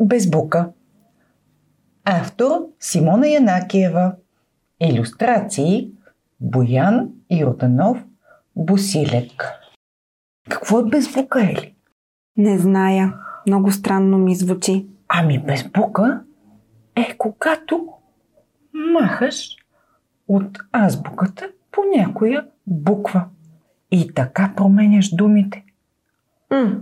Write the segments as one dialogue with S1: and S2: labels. S1: без бука. Автор Симона Янакиева. Илюстрации Боян Йорданов Босилек. Какво е без бука, Ели?
S2: Не зная. Много странно ми звучи.
S1: Ами без бука е когато махаш от азбуката по някоя буква. И така променяш думите.
S2: М,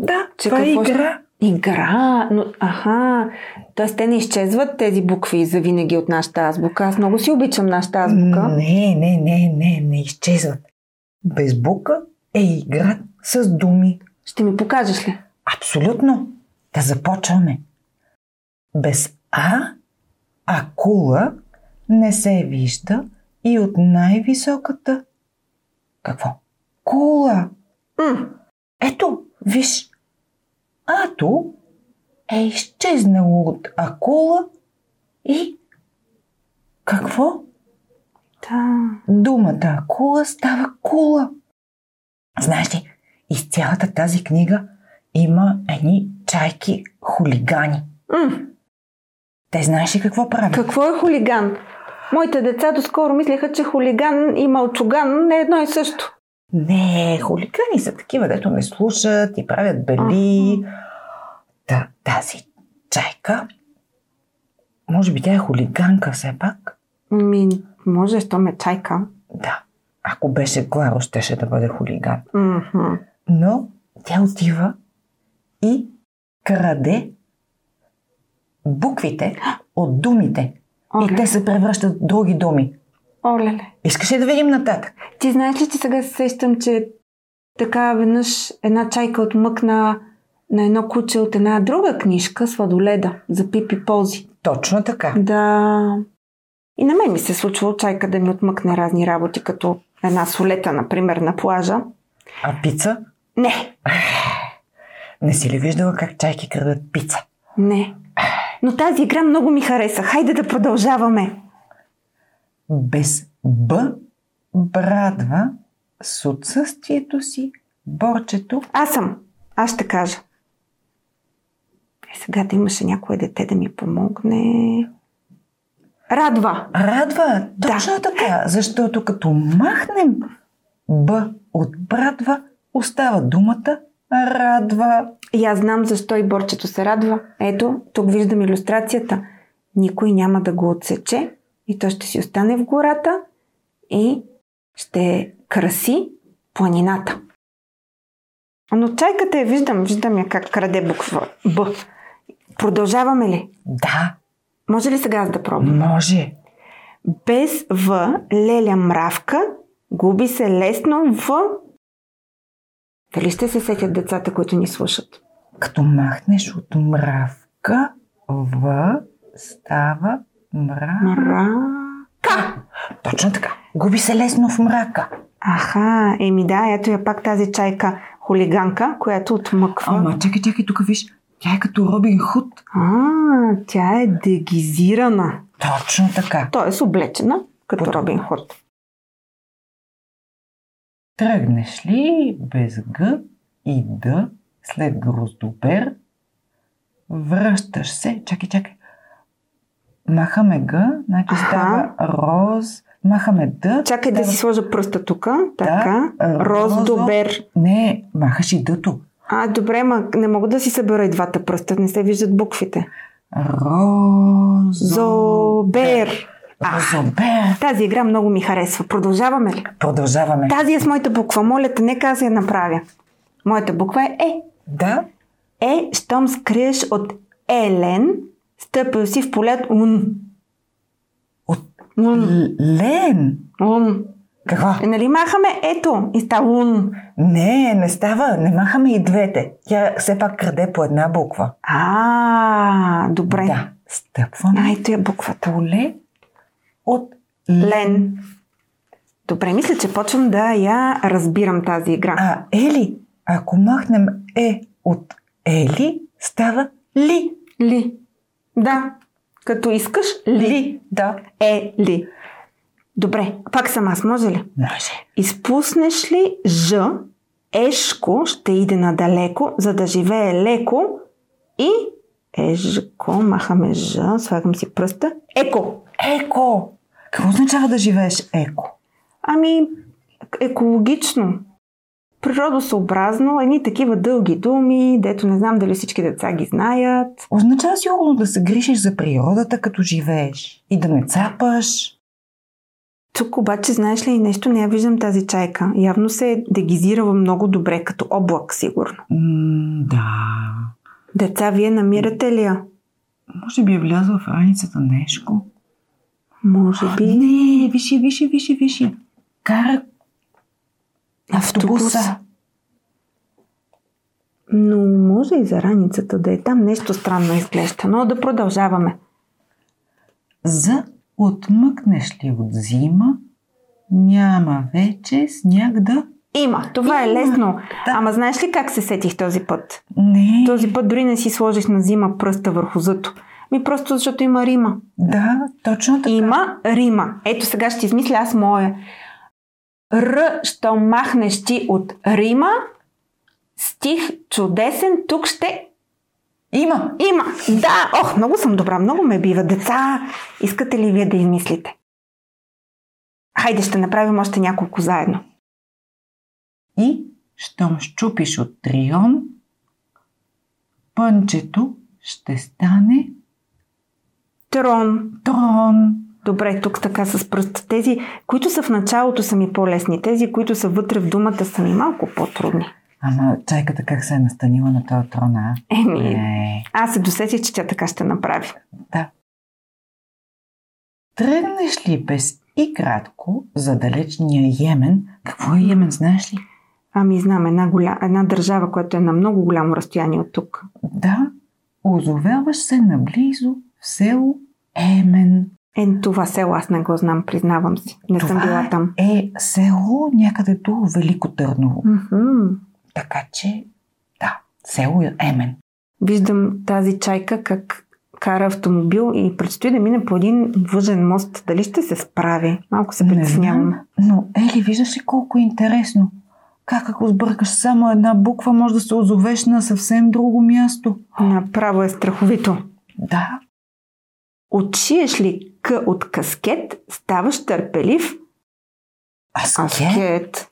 S1: Да,
S2: Че
S1: това е
S2: какво ще-
S1: игра.
S2: игра, но аха. Тоест те не изчезват тези букви завинаги от нашата азбука. Аз много си обичам нашата азбука.
S1: Не, не, не, не, не изчезват. Без бука е игра с думи.
S2: Ще ми покажеш ли?
S1: Абсолютно. Да започваме. Без А акула не се вижда и от най-високата. Какво? Кула.
S2: М,
S1: Ето, виж. Ато е изчезнало от акула и какво?
S2: да.
S1: Думата акула става кула. Знаеш ли, из цялата тази книга има едни чайки хулигани.
S2: М,
S1: Те знаеш ли какво правят?
S2: какво е хулиган? Моите деца доскоро мислеха, че хулиган и мълчуган е едно и също.
S1: Не, хулигани са такива, дето не слушат и правят
S2: Ами.
S1: бели. Та, тази чайка, може би тя е хулиганка все пак.
S2: Ми, Ами, може, що ме чайка.
S1: Да, ако беше Кларо, щеше да бъде хулиган.
S2: Мгм.
S1: Но тя отива и краде буквите от думите. И
S2: Оле,
S1: те се превръщат в други думи.
S2: оле-ле.
S1: Искаш ли да видим нататък?
S2: Ти знаеш ли, че сега се сещам, че така веднъж една чайка отмъкна на едно куче от една друга книжка, Сладоледа, за Пипи Ползи.
S1: Точно така.
S2: Да. И на мен ми се случва чайка да ми отмъкне разни работи, като една солета, например, на плажа.
S1: А пица?
S2: Не,
S1: Не си ли виждала как чайки крадат пица?
S2: не. Но тази игра много ми хареса. Хайде да продължаваме.
S1: без Б брадва с отсъствието си борчето.
S2: Аз съм. Аз ще кажа. Е, сега да имаше някое дете да ми помогне. Радва.
S1: Радва, точно така, защото като махнем Б от брадва, остава думата радва.
S2: И аз знам защо и борчето се радва. Ето, тук виждам иллюстрацията. Никой няма да го отсече и той ще си остане в гората и ще краси планината. Но чайката я виждам, виждам я как краде буква Б. Продължаваме ли?
S1: Да,
S2: Може ли сега аз да пробвам?
S1: може.
S2: Без В, леля мравка, губи се лесно в... Дали ще се сетят децата, които ни слушат?
S1: Като махнеш от мравка, В става мрак.
S2: Мра...
S1: Точно така. Губи се лесно в мрака.
S2: Аха, еми да, ето я пак тази чайка хулиганка, която отмъква.
S1: Ама, чакай, чакай, тук виж. Тя е като Робин Худ.
S2: А, тя е дегизирана.
S1: Точно така.
S2: Тоест облечена като
S1: Под-
S2: Робин Худ.
S1: Тръгнеш ли без Г и Д след гроздобер, връщаш се, чакай, чакай, махаме Г, значи
S2: Аха.
S1: става роз, махаме Д.
S2: Чакай да
S1: става-
S2: си сложа пръста тук. Така.
S1: а, розо.
S2: Роздобер.
S1: Не, махаш и Дто.
S2: А, добре, ма не мога да си събера и двата пръста, не се виждат буквите.
S1: Розобер.
S2: Зобер. А,
S1: Розобер.
S2: тази игра много ми харесва. Продължаваме ли?
S1: Продължаваме.
S2: Тази е с моята буква. Моля те, нека аз я направя. Моята буква е Е.
S1: Да.
S2: е, щом скриеш от Елен, стъпил си в полет Ун.
S1: От
S2: Ун.
S1: Л- Лен.
S2: Ун.
S1: Какво?
S2: Е, нали махаме ето и става Ун.
S1: Не, не става. Не махаме и двете. Тя все пак краде по една буква.
S2: А, добре.
S1: Да. Стъпваме.
S2: А, ето я буквата.
S1: поле от
S2: Лен. Добре, мисля, че почвам да я разбирам тази игра.
S1: А Ели, ако махнем Е от Ели, става Ли.
S2: Ли. Да. Като искаш ли.
S1: Ли, да.
S2: Е ли. Добре, пак съм аз, може ли?
S1: Може.
S2: Изпуснеш ли Ж, Ешко ще иде надалеко, за да живее леко и Ежко, махаме ж, слагам си пръста. Еко!
S1: Еко! Какво означава да живееш еко?
S2: Ами, екологично. Природосъобразно, едни такива дълги думи, дето не знам дали всички деца ги знаят.
S1: Означава сигурно да се грижиш за природата, като живееш. И да не цапаш.
S2: Тук обаче, знаеш ли, нещо не я виждам тази чайка. Явно се дегизирала много добре, като облак, сигурно.
S1: М, да.
S2: Деца, вие намирате ли я?
S1: Може би е влязла в раницата нещо.
S2: Може би.
S1: Не, виши, виши, виши, виши. Кара автобуса.
S2: Но може и за раницата да е там. Нещо странно изглежда. Но да продължаваме.
S1: За отмъкнеш ли от зима, няма вече сняг да...
S2: Има. Това е
S1: Има.
S2: лесно.
S1: Да.
S2: Ама знаеш ли как се сетих този път?
S1: Не.
S2: Този път дори не си сложих на зима пръста върху зъто. Ми просто защото има Рима.
S1: Да, точно така.
S2: Има Рима. Ето сега ще измисля аз моя. Р, що махнеш ти от Рима, стих чудесен, тук ще
S1: Има.
S2: има. Да, ох, много съм добра, много ме бива. Деца, искате ли вие да измислите? Хайде, ще направим още няколко заедно.
S1: И, щом щупиш от трион, пънчето ще стане
S2: Трон.
S1: трон.
S2: Добре, тук така с пръст. Тези, които са в началото са ми по-лесни. Тези, които са вътре в думата са ми малко по-трудни.
S1: Ама чайката как се е настанила на този трон, а?
S2: Еми,
S1: Не.
S2: аз се досетих, че тя така ще направи.
S1: Да. Тръгнеш ли без и кратко за далечния Йемен? Какво е Йемен, знаеш ли?
S2: Ами знам, една, голя... една държава, която е на много голямо разстояние от тук.
S1: Да, озовяваш се наблизо в село Емен.
S2: Е, това село аз не го знам, признавам си. Не съм
S1: Това
S2: била там.
S1: Е село някъде до Велико Търново.
S2: Мгм.
S1: Така че, да, село е Емен.
S2: Виждам тази чайка как кара автомобил и предстои да мине по един въжен мост. Дали ще се справи? Малко се притеснявам.
S1: но Ели, виждаш ли колко е интересно? Как ако сбъркаш само една буква, може да се озовеш на съвсем друго място.
S2: Направо е страховито.
S1: Да,
S2: Отшиеш ли к от каскет, ставаш търпелив.
S1: аскет.
S2: Аскет.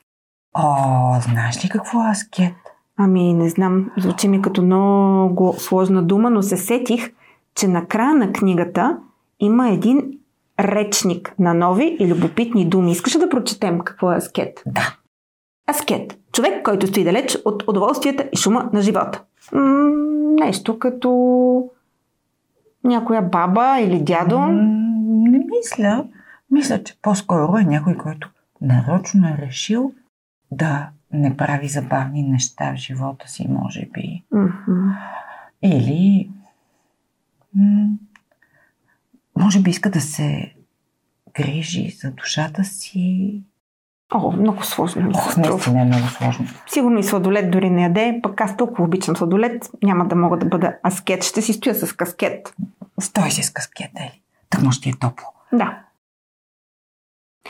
S1: О, знаеш ли какво е аскет?
S2: Ами, не знам, звучи ми като много сложна дума, но се сетих, че на края на книгата има един речник на нови и любопитни думи. Искаш ли да прочетем какво е аскет?
S1: Да.
S2: Аскет. Човек, който стои далеч от удоволствията и шума на живота. М- нещо като някоя баба или дядо.
S1: М, не мисля. Мисля, че по-скоро е някой, който нарочно е решил да не прави забавни неща в живота си, може би.
S2: Мгм.
S1: Или... м, Може би иска да се грижи за душата си.
S2: О, много сложно ми се
S1: Ох,
S2: струва.
S1: наистина е много сложно.
S2: Сигурно и сладолет дори не яде, пък аз толкова обичам сладолет, няма да мога да бъда аскет. Ще си стоя с каскет.
S1: Стой си с каскета, Ели. Так му ще е топло.
S2: Да.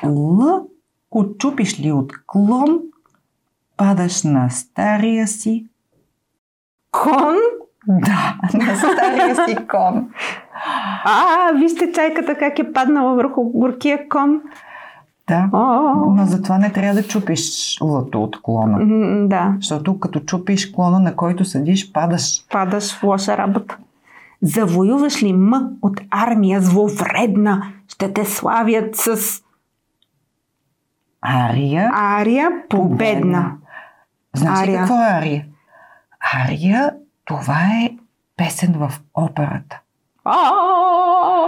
S1: Л, отчупиш ли от клон, падаш на стария си
S2: Кон?
S1: Да, на стария си кон.
S2: А, вижте чайката как е паднала върху горкия кон.
S1: Да.
S2: О,
S1: Но затова не трябва да чупиш лъто от клона.
S2: м, да,
S1: Защото като чупиш клона, на който седиш, падаш.
S2: падаш в лоша работа. Завоюваш ли М от армия зловредна, ще те славят с
S1: Ария.
S2: ария победна.
S1: Знаеш ли
S2: Ария.
S1: какво е Ария? Ария, това е песен в операта.
S2: О,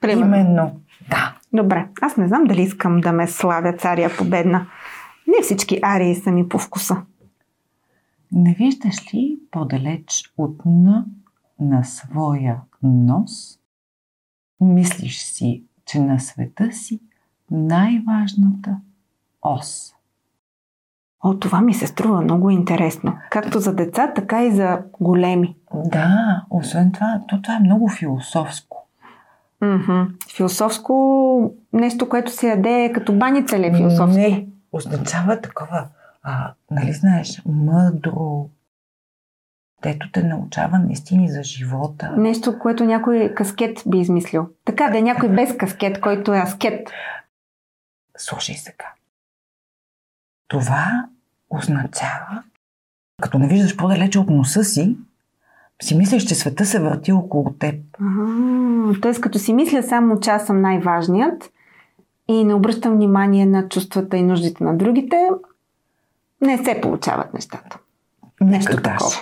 S2: примерно.
S1: Именно. Да.
S2: Добре, аз не знам дали искам да ме славя царя победна. Не всички арии са ми по вкуса.
S1: Не виждаш ли по-далеч от на, на своя нос? Мислиш си, че на света си най-важната ос.
S2: О, това ми се струва много интересно. Както за деца, така и за големи.
S1: Да, освен това, то това е много философско.
S2: Мгм. Философско нещо, което се яде като баница ли е философско?
S1: Не, означава такова, а, нали знаеш, мъдро, дето те научава наистина за живота.
S2: Нещо, което някой каскет би измислил. Така да е някой без каскет, който е аскет.
S1: Слушай сега. Това означава, като не виждаш по-далече от носа си, си мислиш, че света се върти около теб.
S2: Ага, Тоест, като си мисля само, че аз съм най-важният и не обръщам внимание на чувствата и нуждите на другите, не се получават нещата.
S1: Нещо
S2: такова.
S1: даже.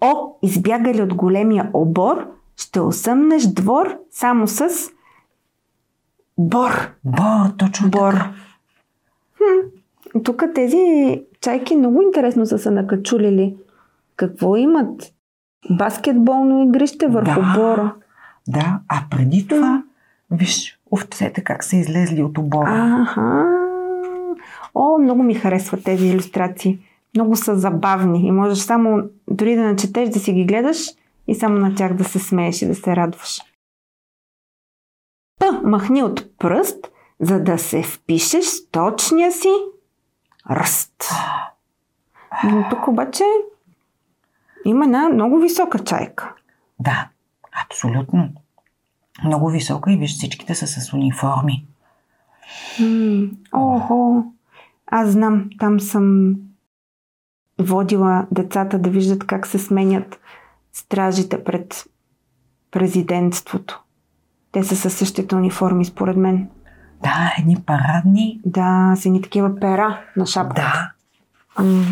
S2: О, избягали от големия обор, ще осъмнеш двор само с бор.
S1: Бор, точно
S2: Бор.
S1: така.
S2: Тук тези чайки много интересно са се накачулили. Какво имат? Баскетболно игрище върху
S1: Да.
S2: бора.
S1: Да, а преди това, виж овцете как са излезли от обора.
S2: Аха. О, много ми харесват тези иллюстрации. Много са забавни и можеш само, дори да не четеш, да си ги гледаш и само на тях да се смееш и да се радваш. П. Махни от пръст, за да се впишеш с точния си ръст. Но тук обаче има една много висока чайка.
S1: Да, абсолютно. Много висока и виж всичките са с униформи.
S2: М, Охо, аз знам, там съм водила децата да виждат как се сменят стражите пред президентството. Те са със същите униформи, според мен.
S1: Да, едни парадни.
S2: Да, са ни такива пера на шапка.
S1: Да,
S2: М.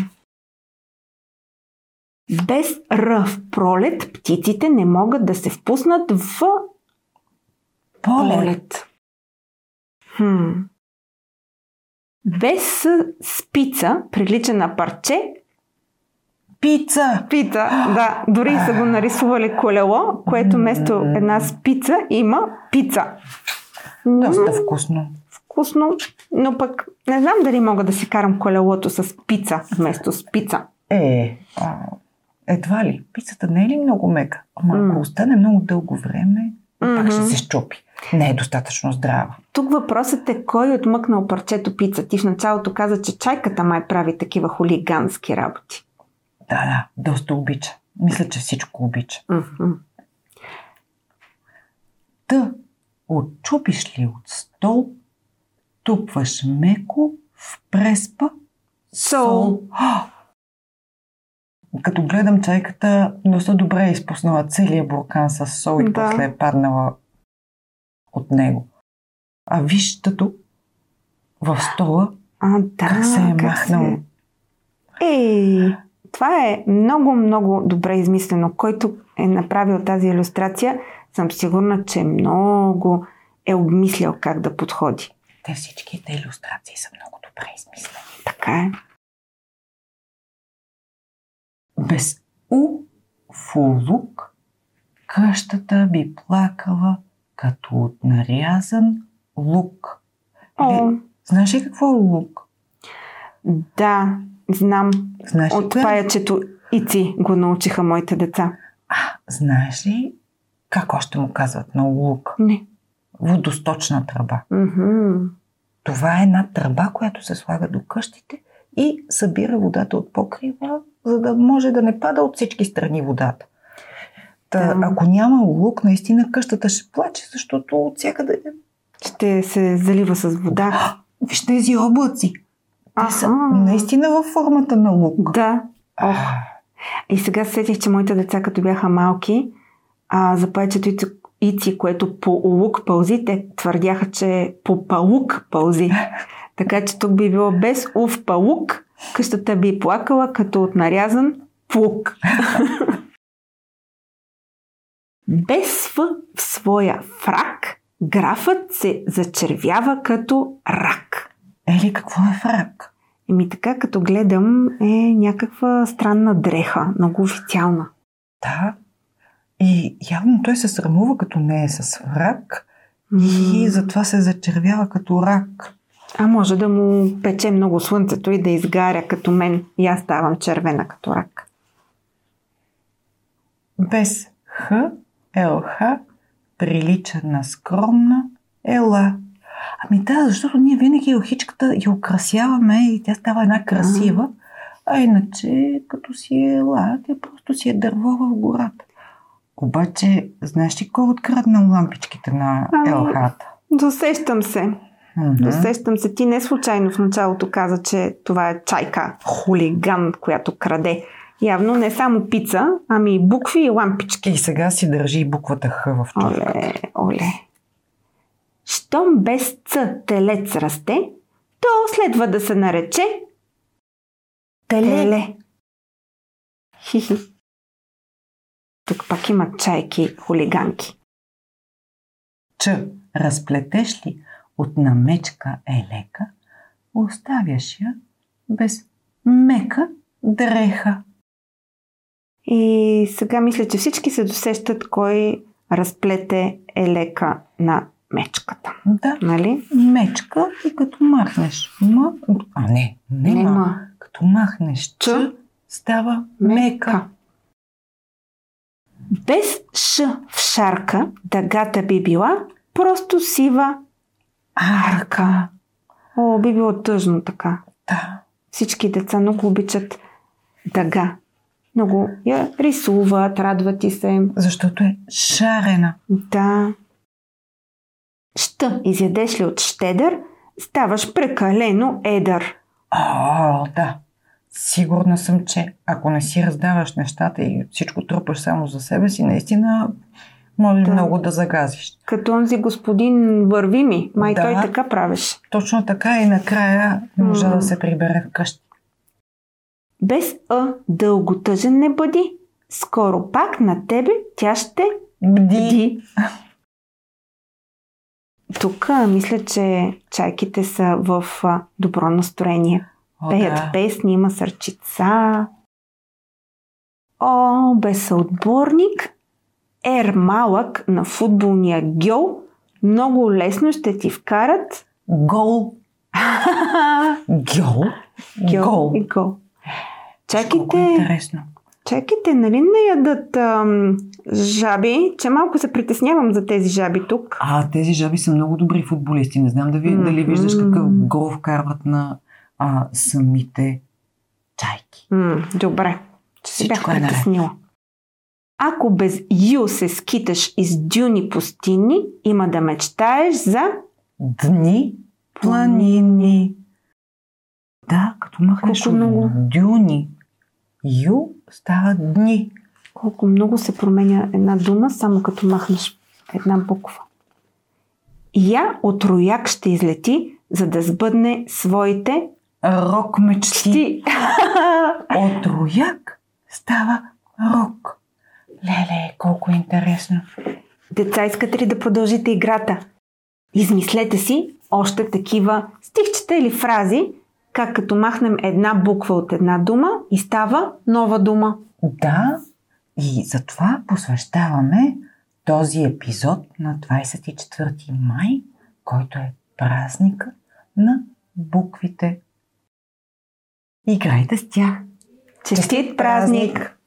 S2: Без Р в пролет птиците не могат да се впуснат в
S1: поле.
S2: полет. Хм. Без с- спица, прилича на парче.
S1: Пица!
S2: Спица, да, дори са го нарисували колело, което вместо една спица има пица. М,
S1: Доста вкусно.
S2: Вкусно, но пък не знам дали мога да си карам колелото с пица вместо спица.
S1: Е, а, едва ли. Пицата не е ли много мека? Ама
S2: М.
S1: ако остане много дълго време, пак ще
S2: Мгм.
S1: се щупи. Не е достатъчно здрава.
S2: Тук въпросът е кой е отмъкнал парчето пица. Ти в началото каза, че чайката май прави такива хулигански работи.
S1: Да, да, доста обича. Мисля, че всичко обича.
S2: Мгм.
S1: Та, отчупиш ли от стол, тупваш меко в преспа
S2: Сол.
S1: А! Като гледам чайката, доста добре е изпуснала целият буркан с сол и
S2: Да.
S1: после е паднала от него. А виж тато в стола
S2: А, да,
S1: как се е махнал.
S2: Ей, това е много, много добре измислено. Който е направил тази иллюстрация, съм сигурна, че много е обмислял как да подходи.
S1: Те всичките иллюстрации са много добре измислени.
S2: Така е.
S1: Без у фулук къщата би плакала като от нарязан лук.
S2: О,
S1: Ли- Знаеш ли какво е лук?
S2: да, знам.
S1: Знаеш ли
S2: От
S1: кое е
S2: паячето Ици го научиха моите деца.
S1: А, знаеш ли как още му казват на лук?
S2: Не.
S1: Водосточна тръба.
S2: Мгм.
S1: Това е една тръба, която се слага до къщите и събира водата от покрива, за да може да не пада от всички страни водата. Та,
S2: Да.
S1: ако няма лук, наистина къщата ще плаче, защото от всякъде...
S2: Ще се залива с вода.
S1: А, виж тези облаци! Те са
S2: Аха.
S1: наистина във формата на лук.
S2: Да,
S1: Ох,
S2: И сега се сетих, че моите деца, като бяха малки, а, за паечето Ици, Ици, което по лук пълзи, те твърдяха, че по палук пълзи. Така че тук би било без ув палук, къщата би плакала като от нарязан плук. без в, в своя фрак, графът се зачервява като рак.
S1: Ели, какво е враг?
S2: Еми така, като гледам, е някаква странна дреха, много официална.
S1: Да. И явно той се срамува, като не е с враг, И затова се зачервява като рак.
S2: А може да му пече много слънцето и да изгаря като мен. И аз ставам червена като рак.
S1: Без Х, ЛХ, прилича на скромна, ела. Ами да, защото ние винаги елхичката я украсяваме и тя става една красива, а, А иначе, като си е ла, тя просто си е дърво в гората. Обаче, знаеш ли кой е откраднал лампичките на
S2: Ами,
S1: Елхата?
S2: Досещам се. Досещам се. Ти не случайно в началото каза, че това е чайка, хулиган, която краде. Явно не само пица, ами и букви и лампички.
S1: И сега си държи и буквата Х в чорта.
S2: Оле, оле. Щом без ц телец расте, то следва да се нарече теле. Хи-хи. Тук пак има чайки хулиганки.
S1: Че разплетеш ли от намечка е лека, оставяш я без мека дреха.
S2: И сега мисля, че всички се досещат кой разплете елека на мечката.
S1: Да,
S2: Нали?
S1: мечка и като махнеш ма... А, не, не, не ма. Като махнеш
S2: Ч,
S1: че, става мека.
S2: Без ш в шарка дъгата би била просто сива арка. О, би било тъжно така.
S1: Да.
S2: Всички деца много обичат дъга. Много я рисуват, радват и се.
S1: Защото е шарена.
S2: Да. Ща изядеш ли от щедър, ставаш прекалено едър.
S1: О, да. Сигурна съм, че ако не си раздаваш нещата и всичко трупаш само за себе си, наистина може
S2: Да.
S1: да. много да загазиш.
S2: Като онзи господин върви ми, май
S1: Да.
S2: той така правеше.
S1: Точно така и накрая не можа
S2: М.
S1: да се прибере вкъщи.
S2: Без а дълго тъжен не бъди. Скоро пак на тебе тя ще
S1: Бди.
S2: бди. Тук а, мисля, че чайките са в а, добро настроение.
S1: О,
S2: Пеят
S1: да.
S2: песни, има сърчица. О, без съотборник, ер малък на футболния гьол, много лесно ще ти вкарат
S1: Гол. Гьол.
S2: гьол
S1: Гол.
S2: и гол.
S1: Колко е
S2: Чайките,
S1: интересно.
S2: чайките, нали не ядат ам, жаби, че малко се притеснявам за тези жаби тук.
S1: А тези жаби са много добри футболисти. Не знам да ви,
S2: М,
S1: дали виждаш
S2: м.
S1: какъв гол вкарват на а, самите чайки.
S2: М, добре, че си бях
S1: Всичко е наред.
S2: притеснила. Ако без ю се скиташ из дюни пустини, има да мечтаеш за
S1: Дни, планини. Да, като махнеш
S2: Колко много.
S1: от дюни, ю става дни.
S2: Колко много се променя една дума, само като махнеш една буква. Я от рояк ще излети, за да сбъдне своите
S1: Рок мечти.
S2: щи.
S1: От рояк става рок. Леле, колко е интересно.
S2: Деца, искате ли да продължите играта? Измислете си още такива стихчета или фрази, как като махнем една буква от една дума и става нова дума.
S1: Да, и затова посвещаваме този епизод на 24 май, който е празника на буквите. Играйте с тях!
S2: Честит празник!